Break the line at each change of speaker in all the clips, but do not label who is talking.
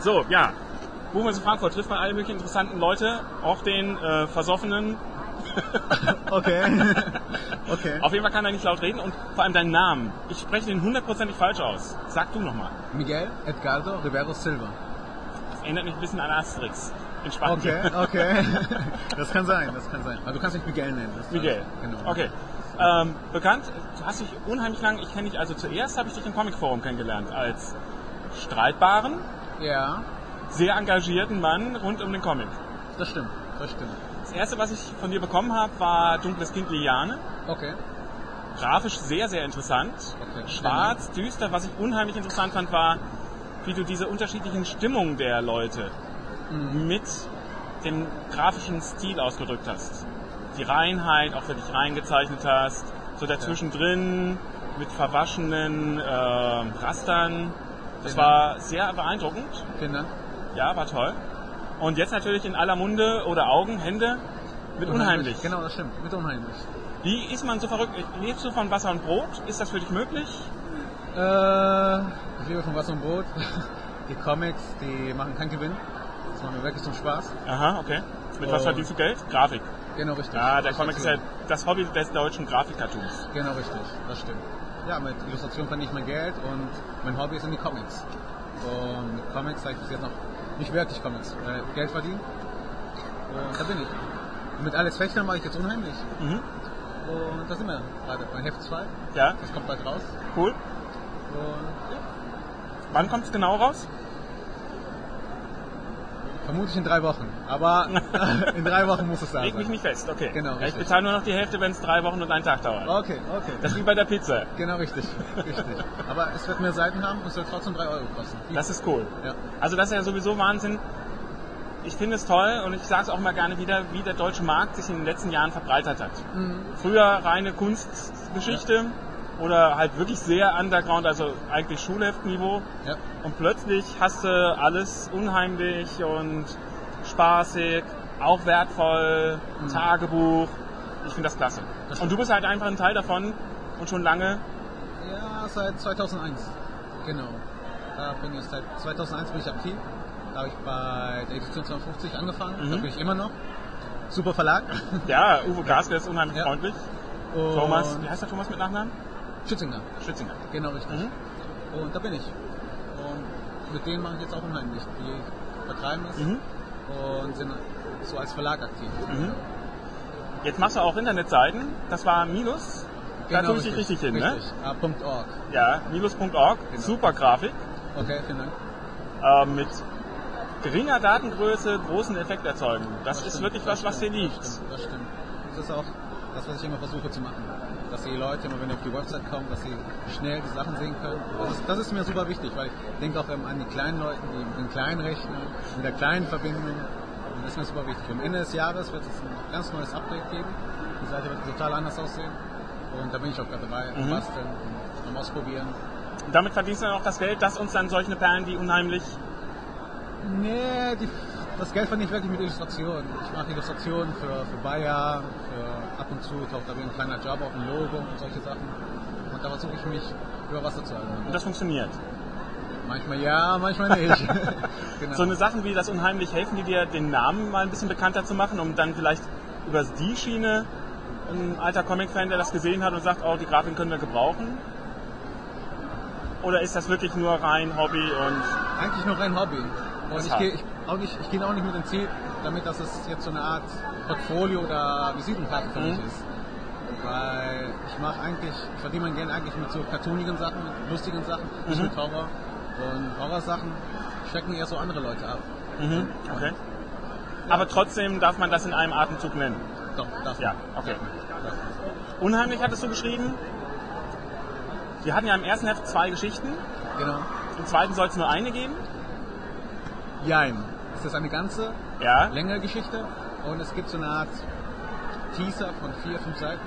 So, ja. Buchmesse Frankfurt trifft man alle möglichen interessanten Leute, auch den äh, Versoffenen.
Okay. okay.
Auf jeden Fall kann er nicht laut reden und vor allem deinen Namen. Ich spreche den hundertprozentig falsch aus. Sag du nochmal.
Miguel Edgardo Rivero Silva.
Das erinnert mich ein bisschen an Asterix in Spanien.
Okay, okay. Das kann sein, das kann sein. Aber du kannst mich Miguel nennen. Das
Miguel.
Genau.
Okay. Ähm, bekannt, du hast dich unheimlich lang, ich kenne dich, also zuerst habe ich dich im Comicforum kennengelernt als streitbaren,
Ja,
sehr engagierten Mann rund um den Comic.
das stimmt, das stimmt.
Das erste, was ich von dir bekommen habe, war Dunkles Kind Liane.
Okay.
Grafisch sehr, sehr interessant.
Okay.
Schwarz, düster. Was ich unheimlich interessant fand, war, wie du diese unterschiedlichen Stimmungen der Leute
Mhm.
mit dem grafischen Stil ausgedrückt hast. Die Reinheit, auch wirklich reingezeichnet hast. So dazwischen drin mit verwaschenen äh, Rastern. Das
Genau.
war sehr beeindruckend.
Vielen Dank.
Ja, war toll. Und jetzt natürlich in aller Munde oder Augen, Hände mit unheimlich.
Genau, das stimmt. Mit unheimlich.
Wie ist man so verrückt? Lebst du von Wasser und Brot? Ist das für dich möglich?
Äh, ich lebe von Wasser und Brot. Die Comics, die machen keinen Gewinn. Das machen wir wirklich zum Spaß.
Aha, okay. Mit was
Oh.
verdienst du Geld? Grafik.
Genau richtig.
Ah, der
Das
Comic ist ja
dazu.
das Hobby des deutschen Grafikcartoons.
Genau richtig, das stimmt. Ja, mit Illustration verdiene ich mein Geld und mein Hobby ist in die Comics. Und mit Comics habe ich bis jetzt noch nicht wirklich Comics, äh, Geld verdient. Und da bin ich. Und mit Alex Fechner mache ich jetzt unheimlich.
Mhm.
Und da sind wir gerade bei Heft 2.
Ja,
Das kommt bald raus.
cool.
Und ja,
Wann kommt's genau raus?
vermutlich in drei Wochen. Aber in drei Wochen muss es da
Leg mich
sein.
nicht fest, okay.
Genau,
Ja, ich
richtig. Oh.
bezahle nur noch die Hälfte, wenn es drei Wochen und einen Tag dauert.
Okay, okay.
Das ist wie bei der Pizza.
Genau richtig, richtig. Aber es wird mehr Seiten haben und es wird trotzdem 3 Euro kosten.
Das ist cool.
ja.
Also das ist ja sowieso Wahnsinn. Ich finde es toll und ich sage es auch mal gerne wieder, wie der deutsche Markt sich in den letzten Jahren verbreitert hat.
Mhm.
Früher reine Kunstgeschichte oder halt wirklich sehr underground, also eigentlich Schulheftniveau.
ja.
Und plötzlich hast du alles unheimlich und spaßig, auch wertvoll, Tagebuch. Ich finde das klasse.
Mhm. Das
und
stimmt.
du bist halt einfach ein Teil davon und schon lange.
Ja, seit 2001. Genau. Da bin ich seit 2001 bin ich aktiv. Da habe ich bei der Edition 52 angefangen.
Mhm.
Da bin ich immer noch. Super Verlag.
Ja, Uwe Gaske ist unheimlich
Ja.
freundlich.
Und
Thomas, wie heißt der Thomas mit Nachnamen?
Schützinger.
Schützinger.
Genau richtig.
Mhm.
Und da bin ich. Und mit denen mache ich jetzt auch unheimlich. Die vertreiben es
Mhm.
und sind so als Verlag aktiv.
Mhm. Jetzt machst du auch Internetseiten. Das war Minus. Da tue ich dich richtig hin, ne?
Genau, richtig. Ah, Punkt .org.
Ja, minus.org.
Genau.
Super Grafik.
Okay, vielen Dank.
äh, mit geringer Datengröße großen Effekt erzeugen. Das, ist
stimmt,
wirklich was,
das
was dir
stimmt,
liegt.
Das stimmt, das stimmt. Das ist auch das, was ich immer versuche zu machen. Dass die Leute immer, wenn die auf die Website kommen, dass sie schnell die Sachen sehen können. Das ist, das ist mir super wichtig, weil ich denke auch ähm, an die kleinen Leute, die mit den kleinen Rechner, mit der kleinen Verbindung. Und das ist mir super wichtig. Am Ende des Jahres wird es ein ganz neues Update geben. Die Seite wird total anders aussehen. Und da bin ich auch gerade dabei, am
Mhm.
basteln, und am ausprobieren.
Und damit verdienst du dann auch das Geld, das uns dann solche Perlen, die unheimlich.
Nee, die, das Geld verdiene ich wirklich mit Illustrationen. Ich mache Illustrationen für, für Bayer, für ab und zu taucht da wieder ein kleiner Job auf ein Logo und solche Sachen. Und da versuche ich mich über Wasser zu halten.
Und das funktioniert.
Manchmal ja, manchmal nicht. genau.
So eine Sachen wie das unheimlich helfen, die dir den Namen mal ein bisschen bekannter zu machen, um dann vielleicht über die Schiene ein alter Comic-Fan, der das gesehen hat und sagt, oh, die Grafik können wir gebrauchen. Oder ist das wirklich nur rein Hobby und
Eigentlich nur rein Hobby. Und ich
Deshalb.
gehe ich, auch nicht, ich gehe auch nicht mit dem Ziel, damit dass es jetzt so eine Art Portfolio oder Visitenkarte für mich
Mhm.
ist. Weil ich mache eigentlich, ich verdiene mein Geld eigentlich mit so cartoonigen Sachen, mit lustigen Sachen, nicht
Mhm.
mit Horror. Und Horrorsachen schrecken eher so andere Leute ab.
mhm. okay. Aber trotzdem darf man das in einem Atemzug nennen.
Doch, das
Ja, okay. Unheimlich hattest du geschrieben. Wir hatten ja im ersten Heft zwei Geschichten.
Genau.
Im zweiten soll es nur eine geben.
Jein. Es ist eine ganze,
Ja.
längere Geschichte und es gibt so eine Art Teaser von vier, fünf Seiten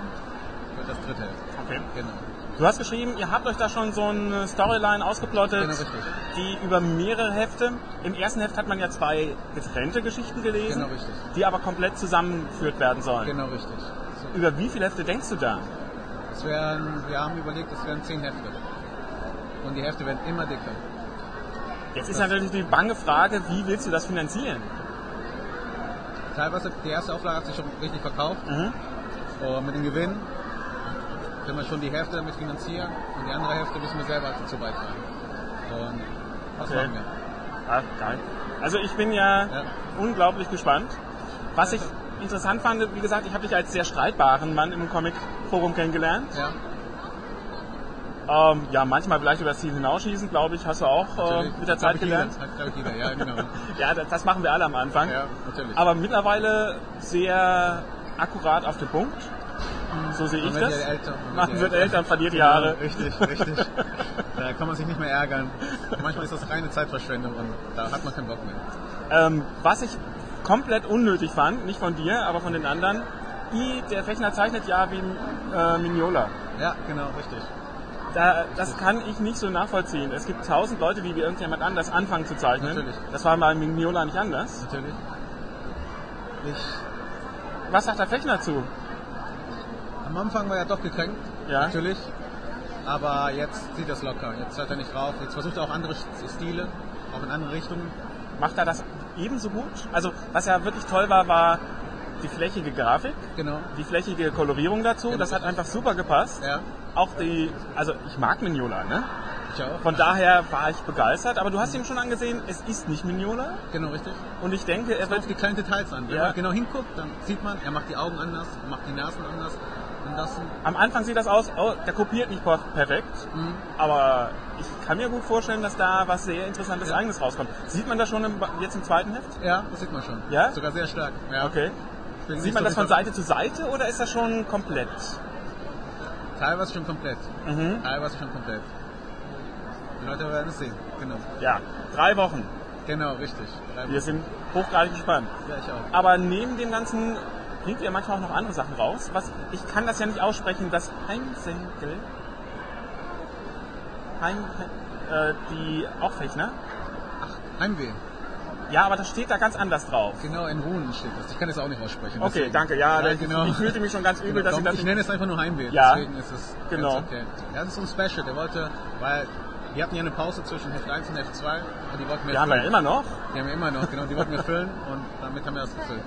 für das dritte.
Okay.
Genau.
Du hast geschrieben, ihr habt euch da schon so eine Storyline ausgeplottet,
Genau, richtig.
die über mehrere Hefte. Im ersten Heft hat man ja zwei getrennte Geschichten gelesen,
Genau, richtig.
die aber komplett zusammengeführt werden sollen.
Genau, richtig. So,
Über wie viele Hefte denkst du da?
es wären, wir haben überlegt, es wären zehn Hefte. Und die Hefte werden immer dicker.
Jetzt ist natürlich die bange Frage, wie willst du das finanzieren?
Teilweise, die erste Auflage hat sich schon richtig verkauft. Und mit dem Gewinn können wir schon die Hälfte damit finanzieren und die andere Hälfte müssen wir selber dazu beitragen. Und das
Okay.
machen wir.
Ah, geil. Also ich bin ja,
Ja.
unglaublich gespannt. Was ich interessant fand, wie gesagt, ich habe dich als sehr streitbaren Mann im Comic-Forum kennengelernt.
Ja,
Ähm, ja, manchmal vielleicht über das Ziel hinausschießen, glaube ich, hast du auch äh,
natürlich.
mit der
Hat,
Zeit
glaub ich,
gelernt.
jeder. Hat, glaub ich, jeder. Ja, genau.
Ja, das, das machen wir alle am Anfang.
ja, natürlich.
Aber mittlerweile sehr akkurat auf den Punkt. So sehe ich
Man wird
das.
ja älter, man
Man
wird
wird
ja älter.
älter, verliert
Genau,
Jahre.
Richtig, richtig. Da kann man sich nicht mehr ärgern. Manchmal ist das reine Zeitverschwendung und da hat man keinen Bock mehr.
Ähm, was ich komplett unnötig fand, nicht von dir, aber von den anderen, I, der Fechner zeichnet ja wie äh, Mignola.
Ja, genau, richtig.
Da, das kann ich nicht so nachvollziehen. Es gibt tausend Leute, die wie irgendjemand anders anfangen zu zeichnen.
Natürlich.
Das war bei Mignola nicht anders.
Natürlich. Ich,
Was sagt der Fechner zu?
am Anfang war er doch gekränkt,
Ja.
natürlich. Aber jetzt sieht er es locker. Jetzt hört er nicht rauf. Jetzt versucht er auch andere Stile, auch in andere Richtungen.
Macht er das ebenso gut? Also, was ja wirklich toll war, war die flächige Grafik,
Genau.
die flächige Kolorierung dazu.
Ja,
das hat
richtig.
einfach super gepasst.
Ja,
Auch die, also ich mag Mignola, ne?
ich auch.
Von daher war ich begeistert. Aber du hast ihm schon angesehen, es ist nicht Mignola.
genau, richtig.
Und ich denke, er
Es
wird
kommt die kleinen Details an. Wenn
Ja.
man genau hinguckt, dann sieht man, er macht die Augen anders, er macht die Nasen anders. Und das
Am Anfang sieht das aus, oh, der kopiert nicht per- perfekt,
Mhm.
aber ich kann mir gut vorstellen, dass da was sehr Interessantes eigenes rauskommt. Sieht man das schon im, jetzt im zweiten Heft?
Ja, das sieht man schon.
Ja?
Sogar sehr stark. Ja.
Okay.
Ich bin
Sieht
nicht
man
so
das von
sicher.
Seite zu Seite oder ist das schon komplett?
Teilweise schon komplett.
Mhm.
Teilweise schon komplett. Die Leute werden es sehen. Genau.
Ja, drei Wochen.
Genau, richtig. Drei
Wir sind hochgradig gespannt.
Wochen. Ja, ich auch.
Aber neben dem Ganzen bringt ihr manchmal auch noch andere Sachen raus. Was, ich kann das ja nicht aussprechen, das Heimsenkel. Heim, äh, die auch Fechner.
Heimweh.
Ja, aber das steht da ganz anders drauf.
Genau, in Runen steht das. Ich kann es auch nicht aussprechen.
Okay,
deswegen.
danke. Ja, das-
genau.
ich fühlte mich schon ganz übel,
Genau.
dass ich das
ich
nicht...
nenne es einfach nur Heimweh.
Ja.
Deswegen ist es
Genau.
ganz okay. Ja, das ist so ein Special. Der wollte, weil wir hatten ja eine Pause zwischen Heft 1 und Heft 2 und die wollten wir
Die haben wir ja
füllen.
immer noch.
Die haben wir immer noch, genau. Die wollten wir füllen und damit haben wir das gefüllt.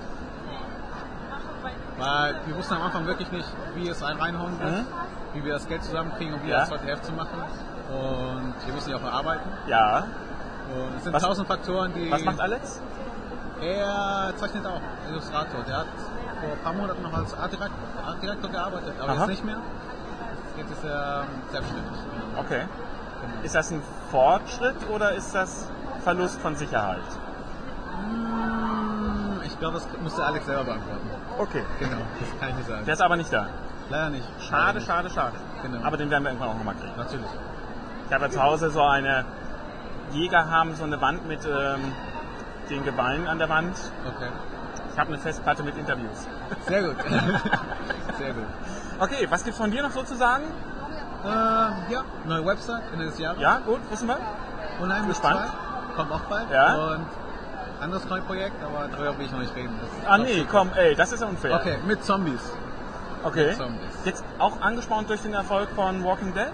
Weil wir wussten am Anfang wirklich nicht, wie es einen reinhauen wird,
Mhm.
wie wir das Geld zusammenkriegen und wie
Ja.
das zweite Heft zu machen. Und wir müssen ja auch arbeiten.
Ja.
Und es sind
Was-
tausend Faktoren, die...
Was macht Alex?
Er zeichnet auch, Illustrator. Der hat vor ein paar Monaten noch als Artdirektor, Artdirektor gearbeitet, aber
Aha.
jetzt nicht mehr. Jetzt ist er ähm, selbstständig. Genau.
Okay. Ist das ein Fortschritt oder ist das Verlust von Sicherheit?
Hm, Ich glaube, das müsste Alex selber beantworten.
Okay.
Genau, das kann ich nicht sagen.
Der ist aber nicht da.
Leider nicht.
Schade, schade, schade.
Genau.
Aber den werden wir irgendwann auch nochmal kriegen.
Natürlich.
Ich habe ja zu Hause so eine... Jäger haben so eine Wand mit ähm, den Gebeinen an der Wand.
Okay.
Ich habe eine Festplatte mit Interviews.
Sehr gut. Sehr gut.
Okay, was gibt's von dir noch sozusagen?
Ähm, ja, neue Website Ende des Jahres.
Ja, gut, wissen wir.
Unheimlich
gespannt.
2 kommt auch bald.
Ja.
Und anderes neues Projekt, aber darüber will ich noch nicht reden. Das ist
Ah
top
nee,
secret.
komm, ey, das ist unfair.
Okay, mit Zombies.
Okay.
Zombies.
Jetzt auch angespornt durch den Erfolg von Walking Dead?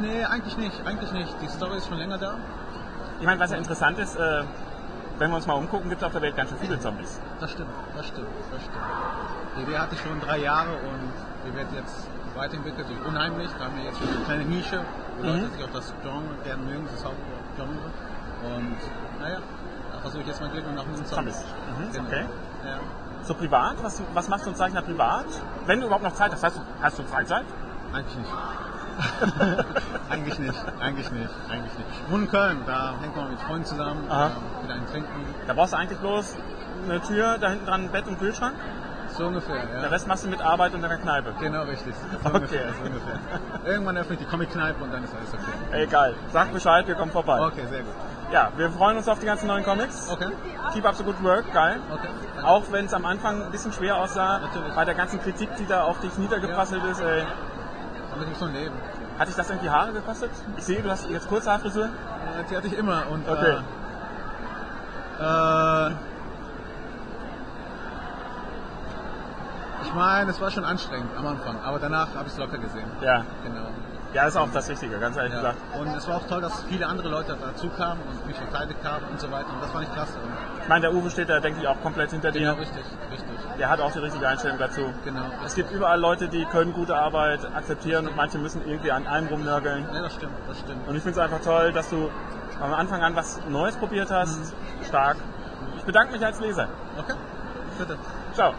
Nee, eigentlich nicht, eigentlich nicht. Die Story ist schon länger da.
Ich meine, was ja interessant ist, äh, wenn wir uns mal umgucken, gibt es auf der Welt ganz schön viele Zombies.
Das stimmt, das stimmt, das stimmt. Die Idee hatte ich schon drei Jahre und die wird jetzt weiterentwickelt durch Unheimlich. Da haben wir jetzt schon eine kleine Nische, wo
Mhm.
Leute sich auf das Genre gerne mögen, das Hauptgenre. Und naja, da versuche ich jetzt mein Glück und machen einen Zombie. Genau.
Zombies. Mhm, okay.
Ja.
So privat, was, was machst du als Zeichner privat? Wenn du überhaupt noch Zeit hast, hast du, hast du Freizeit?
Eigentlich nicht. eigentlich nicht, eigentlich nicht, eigentlich nicht. Ich wohne in Köln, da hängt man mit Freunden zusammen,
Aha.
ähm, mit einem Trinken,
Da brauchst du eigentlich bloß eine Tür, da hinten dran ein Bett und Kühlschrank.
so ungefähr. Ja.
Der Rest machst du mit Arbeit und in der Kneipe.
Genau, richtig. So
Okay.
ungefähr, so ungefähr. Irgendwann öffne ich die Comic-Kneipe und dann ist alles okay.
Egal, sag Bescheid, wir kommen vorbei.
Okay, sehr gut.
Ja, wir freuen uns auf die ganzen neuen Comics.
Okay,
Keep up the good work, geil.
okay. danke.
Auch wenn es am Anfang ein bisschen schwer aussah,
Natürlich.
bei der ganzen Kritik, die da auf dich niedergeprasselt ist, ey.
Damit gibt es schon Leben.
Hat dich das irgendwie Haare gekostet? Ich sehe, du hast jetzt kurze Haarfrisur.
Äh, Die hatte ich immer und
Okay.
äh, äh, ich Ich meine, es war schon anstrengend am Anfang, aber danach habe ich es locker gesehen.
Ja.
Genau.
Ja, ist auch das Richtige, ganz ehrlich
Ja.
gesagt.
Und es war auch toll, dass viele andere Leute dazu kamen und mich verteidigt haben und so weiter. Und das war nicht klasse. Und
Ich meine, der Uwe steht da, denke ich, auch komplett hinter
genau,
dir.
richtig, richtig.
Der hat auch die richtige Einstellung dazu.
Genau.
Es gibt überall Leute, die können gute Arbeit akzeptieren und manche müssen irgendwie an allem rumnörgeln.
Ja, das stimmt, das stimmt.
Und ich finde es einfach toll, dass du am Anfang an was Neues probiert hast. Stark. Ich bedanke mich als Leser.
Okay, bitte.
Ciao.